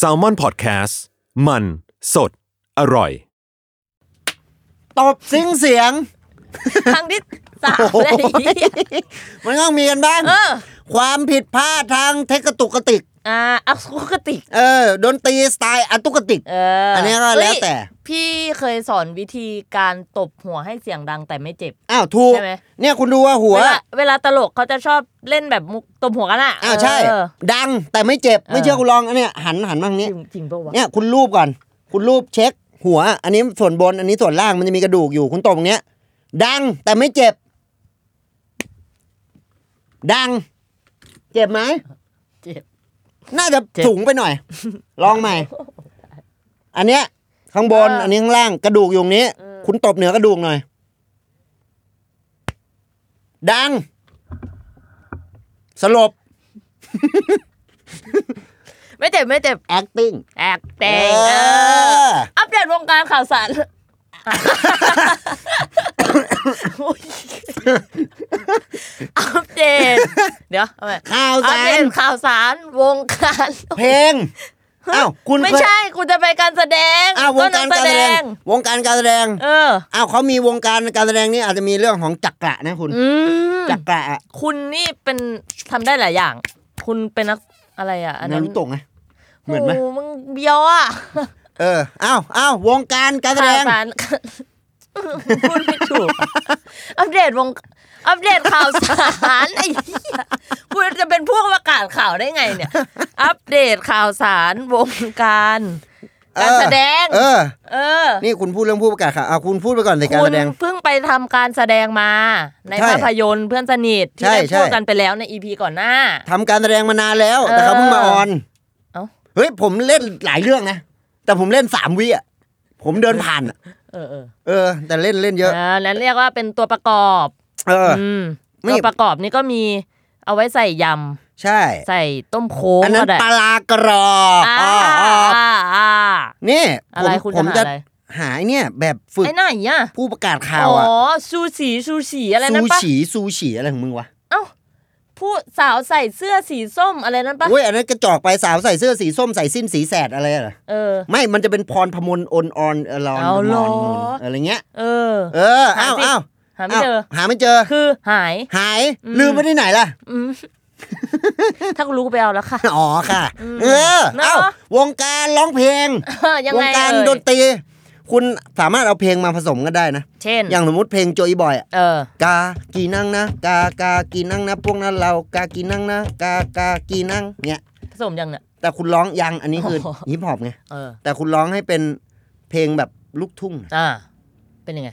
s a l m o n PODCAST มันสดอร่อย ตบซิงเสียง ครั้งที่สามอะไรอย่างเงี้ย มันต้องมีกันบ้าง เออ ความผิดพลาดทางเทคกระตุกกระติก อ่าอักสุกติก เออดนตรีสไตล์อัตุกกระติก เอออั อันนี้ก็แล้วแต่ พี่เคยสอนวิธีการตบหัวให้เสียงดังแต่ไม่เจ็บ อ้าวถูก ใช่ไหม เนี่ยคุณดูว่าหัว เวลาเวลาตลกเขาจะชอบเล่นแบบมุกตบหัวกันอ่ะ อ้าวใช่ เออ ดังแต่ไม่เจ็บ ไม่เชื่อ เออ คุณลองอันเนี้ยหันหันมาทาง จ นี้ ริงจริงปะวะ เนี่ยคุณรูปก่อน คุณรูปเช็ค หัว อันนี้ส่วนบน อันนี้ส่วนล่างมันจะมีกระดูกอยู่ คุณตบตรงเนี้ย ดังแต่ไม่เจ็บ ดัง เจ็บไหม เจ็บ น่าจะ เจ็บ สูงไปหน่อย ลองใหม่ อันเนี้ย ข้างบน เอออั อันนี้ข้างล่างกระดูกอยู่ตรงนี้ เออ คุณตบเหนือกระดูกหน่อย ดัง สลบ ไม่เจ็บไม่เจ็บ acting แอกเตงเอออัปเดตวงการข่าว สารโอ้ยอัปเดตเดี๋ยวเอาใหม่ ข่าว อัป สา เด ร ตข่าวสารวงการ เพลงอ้าวคุณ ไม่ เคย ใช่กูจะไปการแสดง อ้าววงการ นั การแสดง วงการการแสดง เออ อ้าวเขามีวงการการแสดงนี่อาจจะมีเรื่องของจักระนะคุณ อืม จักระอะ คุณนี่เป็นทำได้หลายอย่าง คุณเป็นนักอะไรอ่ะ อัน นา นั้น รุโตะไงเหมือนไหม โมึงเบียวอ่ะ เอออ้าวอ้าววงการการแสด ข่าว ง สาร พูดไม่ถูกอะอัปเดตวงอัปเดตข่าวสารไอ้ เหี้ยกูจะเป็นพวกประกาศข่าวได้ไงเนี่ย อัปเดตข่าวสารวงการการแสดง เออ เออ นี่คุณพูดเรื่องผู้ประกาศข่าวอ่ะคุณพูดไปก่อนในการ คุ แส ณ ดง เพิ่งไปทำการแสดงมา ใน ใช่ ภาพยนตร์เพื่อนสนิทที่ ใช่ ได้ ใช่ พูดกันไปแล้วในอีพีก่อนหน้า ทำการแสดงมานานแล้ว แต่เขา เออ เพิ่งมาออน เอ้า เฮ้ยผมเล่นหลายเรื่องนะ แต่ผมเล่นสามวิอ่ะ ผมเดินผ่านอะ เออเออ เออ แต่เล่นเล่นเยอะ เออนั้นเรียกว่าเป็นตัวประกอบ เออ ม ไม่ ตัวประกอบนี่ก็มี เอาไว้ใส่ย ใช่ ำใส่ต้มโค้ง อันนั้น ก็ได้ ปลากรอ อ่า อ๋ออ๋อ อ่าอ่า นี่ อะ ผ ไร ม คุณ ผม หา จะ อะไร หาไอ้เนี่ย แบบฝึก ไอ้ไหนอ่ะ ผู้ประกาศข่าวอ่ะอ๋อซูสีซูสีอะไร ซู นั้นปะ ฉีซูฉีอะไรของมึงวะ เอ้าผู้สาวใส่เสื้อสีส้มอะไรนั้นปะ เว้ยอันนั้นกระจอกไปสาวใส่เสื้อสีส้มใส่สิ้นสีแสดอะไรเหรอ เออ ไม่มันจะเป็นพรพมลออนออนอลอน เอาเหรอ มลอะไรเงี้ย เออ เอออ้าว หาสิ อ้าว หาไม่เจอ าวหาไม่เจอ คือหาย หายลืมไว้ที่ไหนล่ะ อืม ถ้ากูรู้กูไปเอาแล้วค่ะ อ๋อค่ะ เออ เนอะ เอ้าวงการร้องเพลง เออยัง ว ไง งการ เอ่ย ดนตรี คุณสามารถเอาเพลงมาผสมกันได้นะ เช่น อย่างสมมติเพลงโจอีบอยอะ เออ กากีนังนะกากากีนังนะพวกนั้นเรากากีนังนะกากากีนังเนี่ย ผสมยังเนี่ย แต่คุณร้องยังอันนี้คือ โอ้โห ฮิปฮอปไง เออ แต่คุณร้องให้เป็นเพลงแบบลูกทุ่งนะ อ่า เป็นยังไง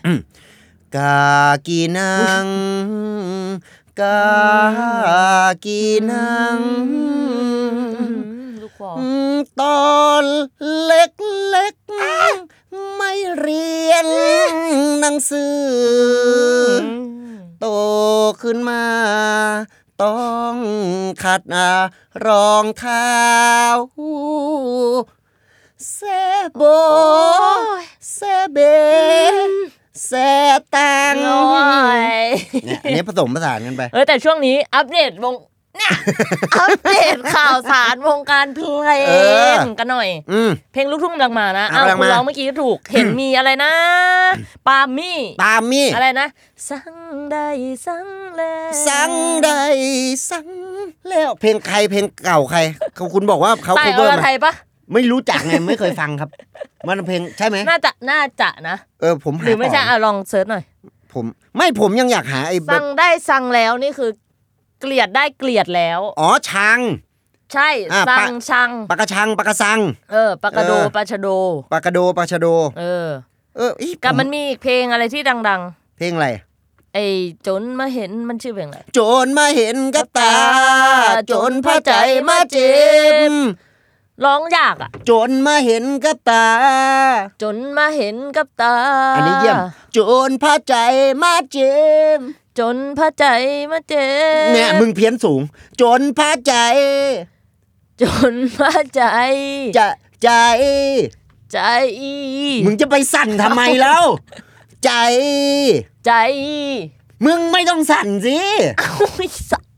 กากีนัง กากีนัง ลูกคอ ตอนเล็กเล็กๆไม่เรียนหนังสืออโตขึ้นมา ต้องขัดรองเท้าเซโบเซเบเซตัง น้อย เนี่ยอันนี้ผสมผสานกันไป เออแต่ช่วงนี้อัปเดตวง เนี่ย อัปเดตข่าวสารวงการเพล เออ งกันหน่อย อืม เพลงลูกทุ่งกำลังมานะ อ่ะ อ้าว กำลัง คุ มา ณร้องเมื่อกี้ก็ถูก เห็นมีอะไรนะ ปามี่ ตามมี่ อะไรนะ สังได้สังแลว สังใดสังแล้วเพลงใครเพลงเก่าใครเขาคุณบอกว่าเขา ตา คุณยอ เพิ่ ร ม ไทยปะ ไม่รู้จักไงไม่เคยฟังครับ มันเพลงใช่ไหม น่าจะน่าจะนะ เออผม ห หา รือไม่ใช่ ก่น อ่ะลองเซิร์ชหน่อย ผมไม่ผมยังอยากหาไอ้แบ สั่ บ งได้สั่งแล้วนี่คือ เกลียดได้เกลียดแล้ว อ๋อชัง ใช่ อ่ะ สั่ง ปะ ชัง ปากกระชังปากกระซัง เออปากกาโด เออ ปาชะโด ปากกระโดปากชะโด เออ เอออี กับมันมีอีกเพลงอะไรที่ดัง เพลงอะไร ๆ ไอ้จนมาเห็นมันชื่อเพลงอะไร โจรมาเห็นกับตา โจรพระใจมาเจ็บ ร้องยากอ่ะ โจรมาเห็นกับตา จนมาเห็นกับตา อันนี้เยี่ยม โจรพระใจมาเจ็บ จนพระใจมาเจ็บ เนี่ยมึงเพี้ยนสูง โจรพระใจ จนพระใจ จะใจ ใจ มึงจะไปสั่นทำไมแล้ว ใจ ใจ มึงไม่ต้องสั่นสิ อุ้ยสัตว์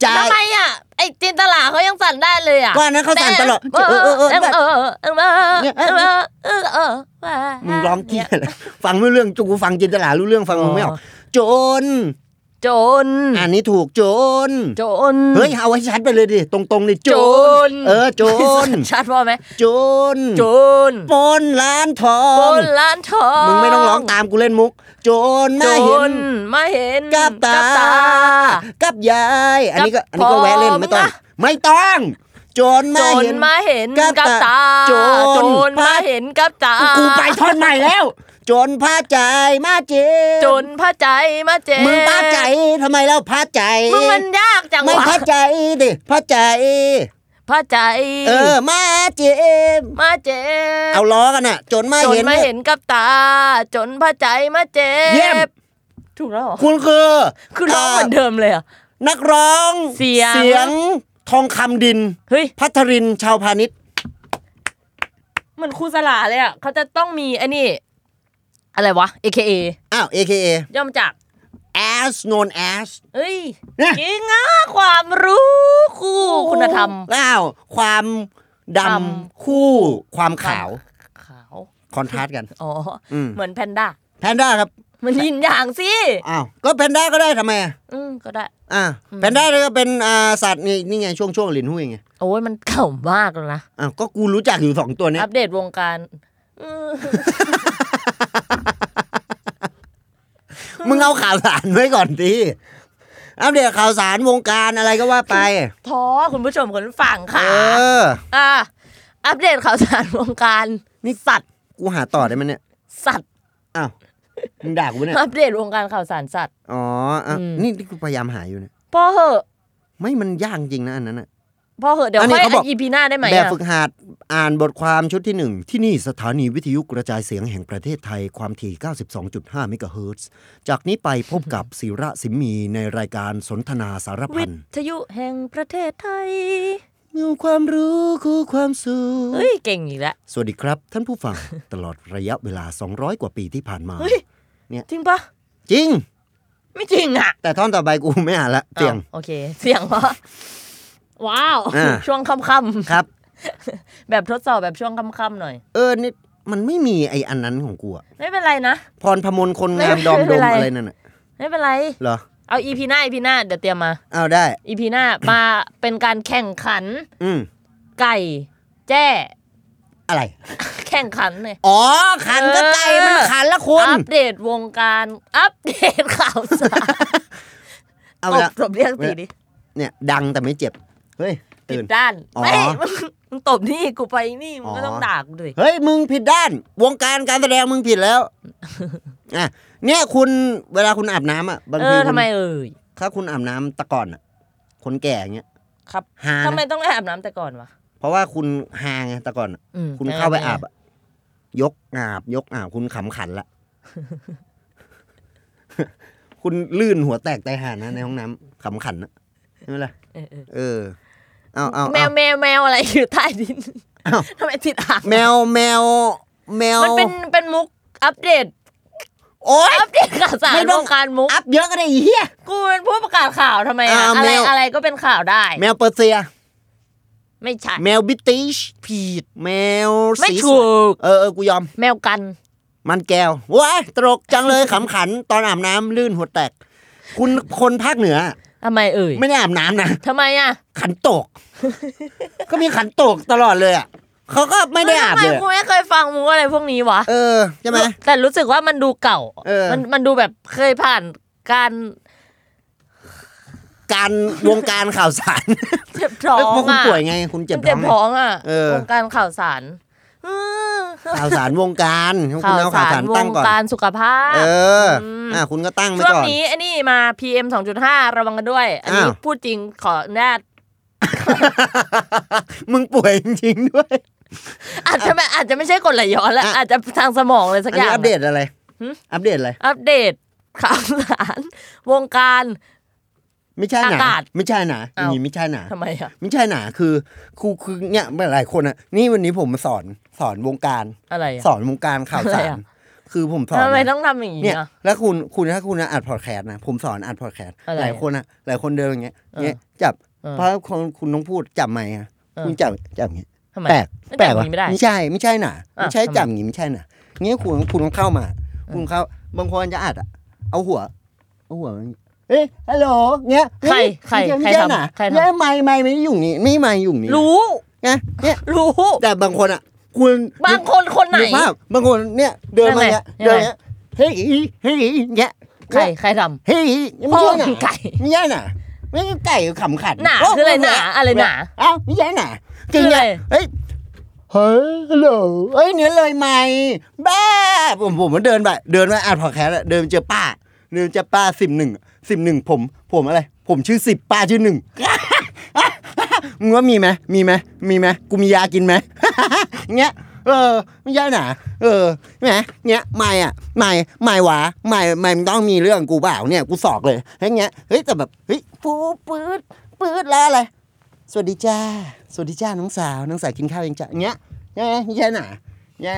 ใจ ทำไมอ่ะ ไอ้จินตลาเขายังสั่นได้เลยอ่ะ ว่านะเขาสั่นตลอด เออเออเออเออเออเออ เนี่ย เออเออเออ มึงร้องเกี้ย นี่ย อะไรฟังไม่รู้เรื่องจูกูฟังจินตลารู้เรื่องฟังมึงไม่ออกโจร จน อันนี้ถูกโจร จน เฮ้ยเอาให้ชัดไปเลยดิตรงๆเลยโจร ร เออโจร ชัดพอไหม โจร โจร ปล้นร้านทอ ป ง นร้านทอง มึงไม่ต้องร้องตามกูเล่นมุก โจร โจ มาเห็ ร น มาเห็น กับตา กับยาย อันนี้ก็อันนี้ก็แวะเล่นไม่ต้อง ไม่ต้อง โจร โจ มาร เห็น มาเห็น กับตา กับตา โจร รมาเห็นกับตา กูไปทอนใหม่แล้ว โจรพาใจมาเจ็บ โจรพระใจมาเจ็บ มึงพาใจทำไมแล้วพาใจ มึงมันยากจัง ไม่ วะ พอใจดิพอใจ พระใจ เออ มาเจม มาเจ็บ เอาล้อกันน่ะ จนมา โจร เห็น มา เนี่ย เห็นกับตาจนพระใจมาเจ็ เยี่ยม บถูกแล้วเหรอ คุณคือ คือร้องเหมือนเดิมเลยอ่ะ นักร้อง เสียง งทองคำดิน เฮ้ย พัทรินชาวพาณิชย์ เหมือนครูสลาเลยอ่ะเขาจะต้องมีไอ้นี่ อะไรวะ AKA อ้าว AKA ย่อมาจาก as known as เอ้ย เนี่ย จริงอ่ะความรู้คู่คุณธรรม อ้าวความด ดำ ำคู่ ความขาว ขาว คอนทราสต์กัน อ๋ออ ม เหมือนแพนด้า แพนด้าครับ มันยินอย่างสิ อ้าว ก็แพนด้าก็ได้ทำไมอ่ะ อืมก็ได้ อ่าแพนด้าก็เป็นอ่าสัตว์นี่นี่ไงช่วงช่วงลินหุ้ยไง โอ้ยมันเก่ามากแล้วนะ อ้าวก็กูรู้จักอยู่สองตัวเนี้ย อัปเดตวงการอืม มึงเอาข่าวสารไว้ก่อนดิอัปเดตข่าวสารวงการอะไรก็ว่าไป ท้อคุณผู้ชมคนฝั่ง เอ ค่ะ อ อ่ะอัปเดตข่าวสารวงการ นี่สัตว์ กูหาต่อได้ไหมเนี่ย สัตว์ อ้าว มึงด่ากูปะเนี่ย อัปเดตวงการข่าวสารสัตว์ อ๋ออ่ะ อืม นี่ที่กูพยายามหาอยู่เนี่ย พอเหอะ ไม่มันยากจริงนะอันนั้นอ่ะ พอเหอะเดี๋ยว อันนี้ ค่อย เขาบอก อีพีหน้าได้ไหม แบบ อ่ะ ฝึกหัดอ่านบทความชุดที่หนึ่งที่นี่สถานีวิทยุกระจายเสียงแห่งประเทศไทยความถี่ 92.5 เมกะเฮิรตซ์ จากนี้ไปพบกับศิระสิมมีในรายการสนทนาสารพั วิ น ทยุแห่งประเทศไทย มีความรู้คู่ความสุข เฮ้ย เก่งอีกแล้ว สวัสดีครับ ท่านผู้ฟัง ตลอดระยะเวลา 200 กว่าปีที่ผ่านมา เฮ้ย จริงปะ จริง ไม่จริงอ่ะ แต่ท่อนต่อไปกูไม่อ่านละเตียง อ้าวโอเค เสียงเพราะว้าว อ่า ช่วงค่ำ ครับ ๆแบบทดสอบแบบช่วงค่ำๆหน่อย เออนี่มันไม่มีไออันนั้นของกูอะ ไม่เป็นไรนะ พรพมลคนงาม ไม่ ดอม ไม่ ด เป็น ม ไร อะไรนั่นน่ะ ไม่เป็นไร เหรอ เอาอีพีหน้าอีพีหน้าเดี๋ยวเตรียมมา เอาได้ อีพีหน้า มาเป็นการแข่งขัน อืม ไก่ แจ้ อะไร แข่งขันเลย อ๋อ ขันก็ไก่ เออ มันขันละคน อัปเดตวงการ อัปเดตข่าวสาร เอา ต ละ บตบเรียกตีดิ เนี่ย ดังแต่ไม่เจ็บ เฮ้ย ผิ ตื่น ดด้าน อ๋อ ไม่มึงมึงตบนี่กูไปนี่มึงก็ อ๋อ ต้องด่ากูด้วย เฮ้ย มึงผิดด้าน วงการการแสดงมึงผิด แล้วอ่ะเนี่ยคุณเวลาคุณอาบน้ำอ่ะบาง เอ ที อ คุ ทำ ณ ไมเอ่ย ถ้าคุณอาบน้ำแตะก่อนอ่ะ คนแก่อย่างเงี้ย ครับ หา ทำไม นะ ต้องไปอาบน้ำแต่ก่อนวะ เพราะว่าคุณหาไงแต่ก่อนอะ อืม คุณเข้าไปอาบอะยกอาบ ยกอาบ คุณขำขัน ละ คุณลื่นหัวแตกไตายห่านะในห้องน้ำขำขันนะใช่ไหมล่ะ เออเออ เออเอาเอา แมว เอา แมวแมวอะไรอยู่ใต้ดิน อ้าว ทำไมติดอ่าง แมวแมวแมว มันเป็นเป็นมุกอัปเดต โอ๊ย อัปเดตข่าวสาร ไม่ต้ ว อง งการมุก อัพเยอะก็ได้ไอ้เหี้ย กูเป็นผู้ประกาศข่าวทำไมอะ อ่า อะไร แมว อะไรก็เป็นข่าวได้ แมวเปอร์เซีย ไม่ใช่ แมวบริติชผิดแมว ไม่ สีส ถู วย ก เออเออกูยอม แมวกัน มันแก้วว้ายตลกจังเลยขำขัน ตอนอาบน้ำลื่นหัวแตก คุณคนภาคเหนือ ทำไมเอ่ย ไม่ได้อาบน้ำนะ ทำไมอ่ะ ขันโตก ก็มีขันโตกตลอดเลยอ่ะเขาก็ไม่ได้อาบ ทำไม เลย กูไม่เคยฟังมุกอะไรพวกนี้วะ เออใช่ไหม แต่รู้สึกว่ามันดูเก่า เออ มันมันดูแบบเคยผ่านการ การวงการข่าว สาร เจ็บท้อ เพ ง ราะคุณ อะ ป่วยไง คุณเจ็บ มันเจ็บ ท้ ท้ อง องอ่ะ เออ วงการข่าวสารเออ ข่าวสารวงการคุ ข่า ณ ว เอา สา ข่าว ร สาร ว ตั้ ง งก่อน การสุขภาพ เอออ ม อ่ะคุณก็ตั้งไว้ ช่วง ก่อน นี้ไอันนี้มา PM 2.5 ระวังกันด้วย อันนี้ อ้าว พูดจริงขออนุญาต มึงป่วยจริงๆด้วย อาจจะไม่อาจจะไม่ใช่กดไหลย้อนแล้ว อ่ะ อาจจะทางสมองเลย อั สั น กอ นี้ ย่าง อัปเดตอะไร หืม อัปเดตอะไร อัปเดตข่าวสารวงการ ไม่ใช่หนา อากาศ ไม่ใช่หนาอ อ้าย่าวงนี้ไม่ใช่หนา ทำไมอ่ะ ไม่ใช่หนาคือครูคือเนี่ยหลายคนอ่ะ นี่วันนี้ผมมาสอนสอนวงการ อะไรอ่ะ สอนวงการข่าวสา อะไร ร อะ คือผมสอน ทำไม นะ ต้องทำอย่างนี้ เนี่ย อ่ะ แล้วคุณคุณถ้าคุณอัดพอดแคสต์นะผมสอนอัดพอดแคสต์ อะไรอะ หลายคนอ่ะ หลายคนเดินอย่างเงี้ย เออ เงี้ยจับ เออ เพราะคนคุณต้องพูดจับไมค์อะ เออ คุณจับจับอย่างเงี้ย ทำไม แปลก จับ แปลกวะ อย่างงี้ไม่ได้ ไม่ใช่ไม่ใช่หนา อ่ะ ไม่ใช่ ทำไม จับอย่างงี้ไม่ใช่หนาเงี้ยคุณคุณต้องเข้ามา คุณเข้าบางคนจะอัดอะเอาหัวเอาหัวมันเอ้ยฮัลโหลเงี้ย ใครใคร ไม่ ใคร ช่ ทำ หนา ใครทำ เนี่ยไม่ไม่ไม่ได้อยู่นี่ไม่ไม่อยู่นี่ รู้ ไงเนี่ย รู้ แต่บางคนอ่ะ คุณ บางคนคนไหน นึกภาพบางคนเนี่ยเดินมา นั่นแห เนี้ ละ ยเดิน ยังไง เนี้ยเฮ้ยเฮ้ยเนี้ย ใครใครท เฮ้ยไม่ พ่อ ใช่ มั หนาน ไก่ ไม่ใช่หนาไม่ใช่ไก่ขำขัน หนา โ คืออะไรหนาอะไรหนา เอ้าไม่ใช่หนาจริง คืออะไร ไงเฮ้ยเฮ้ยฮัลโหลเฮ้ยเนี่ยเลยไหมบ้าผมผมมันเดินไปเดินไปอ่านพอดแคสต์อะเดินเจอป้าเดินเจอป้าสิบหนึ่งสิบหนึ่งผมผมอะไร ผมชื่อสิบป้าชื่อหนึ่ง มึงว่ามีไหมมีไหมมีไหมกูมียากินไหม เงี้ย เออ ไม่ใช่หนาเออแหมเงี้ย ไม่อะไม่ไม่หวาไม่ไม่มันต้องมีเรื่องกูเปล่าเนี่ย กูสอกเลยเฮ้ยเงี้ย เฮ้ย แต่แบบ เฮ้ยปูดปื๊ดปื๊ดแล้วอะไร สวัสดีจ้า สวัสดีจ้า น้องสาว น้องสาวกินข้าวยังจ้าเงี้ยเงี้ยไม่ใช่หนาเงี้ย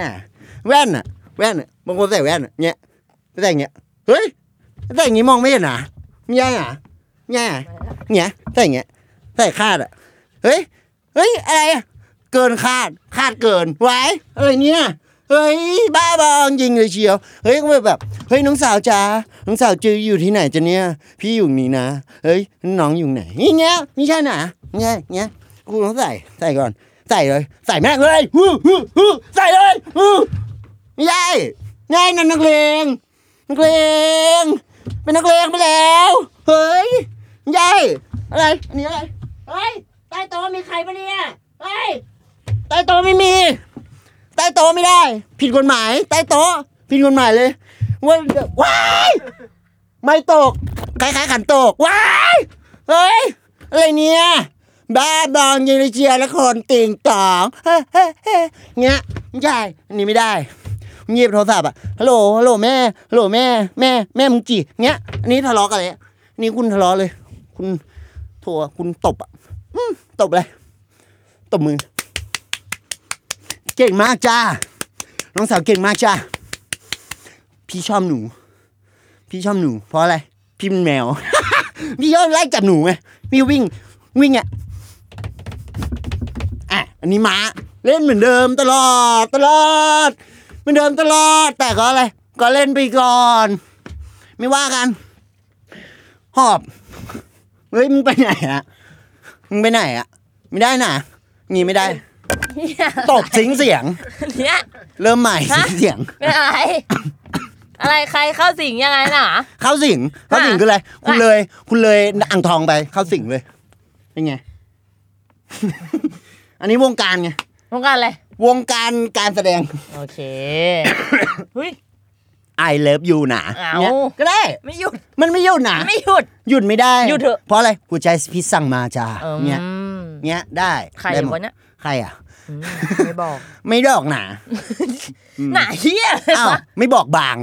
แว่นอะแว่นอะบางคนใส่แว่นอะเงี้ยใส่อย่างเงี้ย เฮ้ย แต่อย่างงี้มองไม่เห็นนะไม่ใช่หนะไม่ใช่หนะเนี่ยแต่อย่างเงี้ยแต่คาดอ่ะ เฮ้ย เฮ้ย อะไรอะเกินคาด คาดเกิน ไว้ อะไรเนี่ย เฮ้ย บ้าบอจริงเลยเชียว เฮ้ยก็แบบ เฮ้ย น้องสาวจ้าน้องสาวจืออยู่ที่ไหนจ้ะเนี่ย พี่อยู่นี่นะ เฮ้ย น้องอยู่ไหนนี่เงี้ยไม่ใช่หนะไม่ใช่เงี้ย กูต้องใส่ ใส่ก่อน ใส่เลย ใส่แม่งเลยฮึ่มฮึ่มฮึ่มใส่เลยฮึ่มไม่ใช่ไม่ใช่นั่นนักเลง นักเลงเป็นนักเลงไปแล้ว เฮ้ยยายอะไรอันนี้อะไรเฮ้ยใต้โต๊ะมีใครปะเนี่ยเฮ้ยใต้โต๊ะไม่มีใต้โต๊ะไม่ได้ ผิดกฎหมายใต้โต๊ะผิดกฎหมายเลยว่าว้ายไม่ตกคล้ายๆขันตกว้ายเฮ้ยอะไรเนี่ยบ้าบองยิงเลยเจียและคนติ่งตองเฮ้ยเฮ้ยเฮ้ยเงี้ยไม่ใช่อันนี้ไม่ได้ เงียบโทรศัพท์อ่ะ ฮัลโหล ฮัลโหลแม่ ฮัลโหลแม่ แม่ แม่มึงจีเงี้ย อันนี้ทะเลาะกันเลยอันนี้คุณทะเลาะเลย คุณโทรคุณตบอ่ะอืมตบเลย ตบมือ เก่งมากจ้า น้องสาวเก่งมากจ้า พี่ชอบหนู พี่ชอบหนู เพราะอะไร พี่เป็นแมว พี่ชอบไล่จับหนูไง พี่วิ่ง วิ่งอ่ะ อ่ะ อันนี้ม้าเล่นเหมือนเดิมตลอดตลอดเหมือนเดิมตลอด แต่ก็อะไร ก็เล่นไปก่อน ไม่ว่ากัน หอบ เฮ้ย มึงไปไหนอะมึงไปไหนอะไม่ได้น่ะนี่ไม่ได้ ำเนี่ย ตบสิงเสียง เนี่ย เริ่มใหม่สิฮะงเสียง เป็นอะไร อะไรใครเข้าสิงยังไงน่ะ เข้าสิงเข้าสิงคืออะไร คุณเลย คุณเลยอ่างทองไป เข้าสิงเลย เป็น ไง อันนี้วงการไง วงการอะไร วงการการแสดง โอเคหุ้ย I love you นะ อ้าว เนี่ยก็ได้ ไม่หยุด มันไม่หยุดนะ ไม่หยุด หยุดไม่ได้ หยุดเถอะ ราะอะไรหัวใจพี่สั่งมาจ้าเนี่ย อืม เนี่ยได้ ใคร ได้หมด วะเนี่ย ใครอ่ะ อืมไม่บอก ไม่ดอก หนา หนาเฮีย อ้าวไม่บอกบาง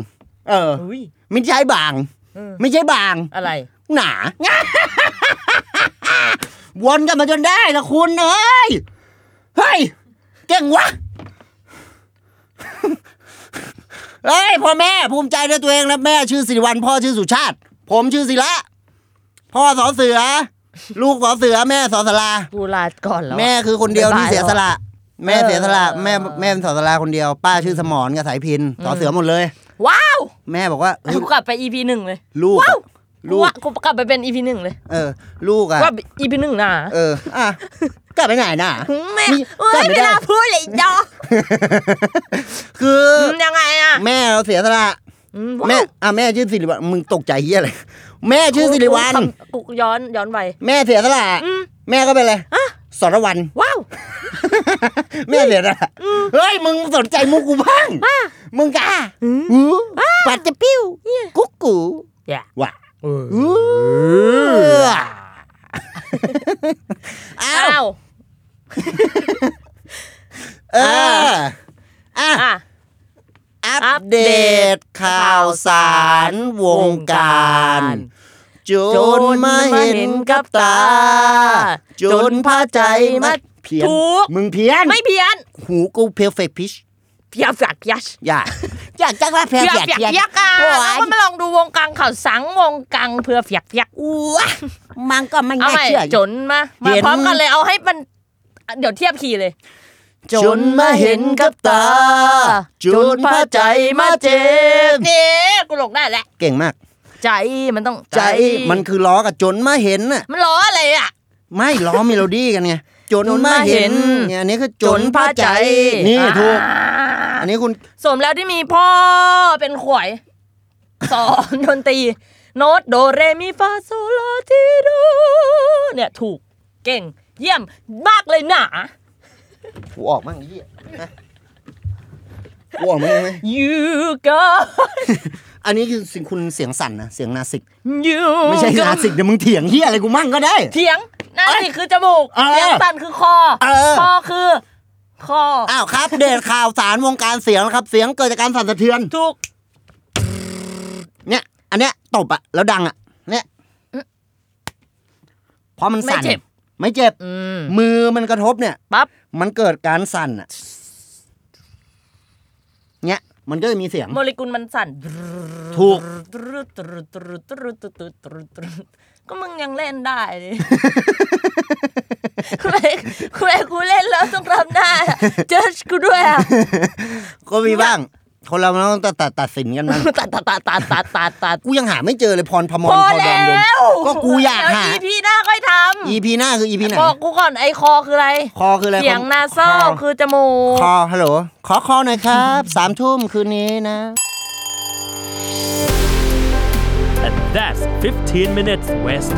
เออ อุ้ย ไม่ใช่บาง เออ ไม่ใช่บาง อะไร หนา วนกลันมาจนได้ละคุณเอ้ยเฮ้ยเก่งวะ เฮ้ยพ่อแม่ภูมิใจในตัวเองนะแม่ชื่อสิริวัลพ่อชื่อสุชาติ ผมชื่อศิระพ่อสอเสือ ลูกสอเสือ แม่สอสลา กูลาก่อนแล้วอะ แม่คือคนเดียวที่ บ๊ายบาย เสียสละ แม่เสียสละ เออ แม่แม่เป็นสอสลาคนเดียว ป้าชื่อสมรกับสายพินสอเสือหมดเลย ว้าว แม่บอกว่าเฮ้ย กูกลับไป EP หนึ่งเลย ลูก ว้า อะ ว ลูก ว่ากูกลับไปเป็น EP หนึ่งเลย เออ ลูกอะ ว่า EP หนึ่งน่ะ เออ อ่ะ กลับไปไหนน่ะ แม่ มี เอ้ จำ ย ไม่ เว ได้ ลาพูดเลยอีกดอก คืออ อืมยังไงอ่ะ แม่เราเสียสละ อืว้าว แม่ อ่ะ แม่ชื่อสิริวัลมึงตกใจเฮียอะไร แม่ชื่อสิริวัล กูกูกูย้อนย้อนไป แม่เสียสละ อืม แม่ก็เป็นอะไรสรวัน ว้าว แม่เหรียญอะเฮ้ย มึงสนใจมุกกูบ้าง มึงกะอือปัดจะปิ้ว กุ๊กกู อย่า ว่ะ เออ อืออ้า อ้าว ว เอออ่ะ อ่ะ อัปเดตข่าวสารวงการ จนมาเห็นกับตา จนพาใจมัดเพี้ยน ถูก มึงเพี้ยน ไม่เพี้ยน หูกูเพลเฟกพิช เพี้ยนฝักยัช อย่าอย่าจังว่าเพล เพี้ยน เฟก ฝัก เพี้ยน ยักษ์อ่ะ โอ้ แล้ว ย ก็มาลองดูวงกังข่าวสังวงกังเพื่อฝักยักษ์ อู้วะมันก็ไม่ เอา น่า ใหม่ เชื่อ จนมามา เห็น พร้อมกันเลยเอาให้มันเดี๋ยวเทียบคีย์เลย จนมาเห็นกับตา จนพาใจมาเจ็บ เนี่ยกูหลงได้แหละ เก่งมาก ใจมันต้อง ใจมันคือล้อกับจนมาเห็นน่ะ มันล้ออะไรอ่ะ ไม่ล้อเมโลดี้กันไงจนมาเห็น จนมาเห็น เนี่ยอันนี้คือจ จ น น พระ พระ ใจ ใจ นี่ อ่า ถูก อันนี้คุณ สมแล้วที่มีพ่อเป็นขวย สอนดนตรี โน้ตโดเรมีฟาโซลาทีโดเนี่ยถูกเก่ง เยี่ยมมากเลยหนา หูออกมั่งยี่หูออกมั่งไหม ยูก็ อันนี้คือสิ่งคุณเสียงสั่นนะเสียงนาสิก ยู ไม่ใช่นาสิกเดี๋ยวมึงเถียงเฮียอะไรกูมั่งก็ได้ เถียงนั่นสิคือจมูก เออ เสียงสั่นคือคอ เออ คอคือคอ อ้าวครับเดทข่าวสารวงการเสียงนะครับ เสียงเกิดจากการสั่นสะเทือน ถูก เนี่ย อันเนี้ยตบอะแล้วดังอะเนี่ยเพราะมันสั่นไม่เจ็บ อืม มือมันกระทบเนี่ย ปั๊บ มันเกิดการสั่นอะเนี่ยมันก็จะมีเสียง โมเลกุลมันสั่น ถูก ตรึดตรึดตรึดตรึดตรึดตรึดตรึดตรึดก็มึงยังเล่นได้ เลย คุณไอ้คุณไอ้กูเล่นแล้วต้องทำหน้าเจอกูด้วยอ่ะ ก็มีบ้าง คนเรามันต้องตัดตัดตัดสินกันนะ ตัดตัดตัดตัดตัดตัดตัด กูยังหาไม่เจอเลยพรพมร พอ พอดอ แล้ มดม ว ก็กูอยากหา อีพีหน้าค่อยท EP หน้าคือ EP ไหน ำบอกกูก่อนไอ้คอคืออะไร คอคืออะไร เสียงนาเศร้า ค คือจมูก คอฮัลโหลขอคอหน่อยครับสามทุ่มคืนนี้นะ And that's 15 minutes west.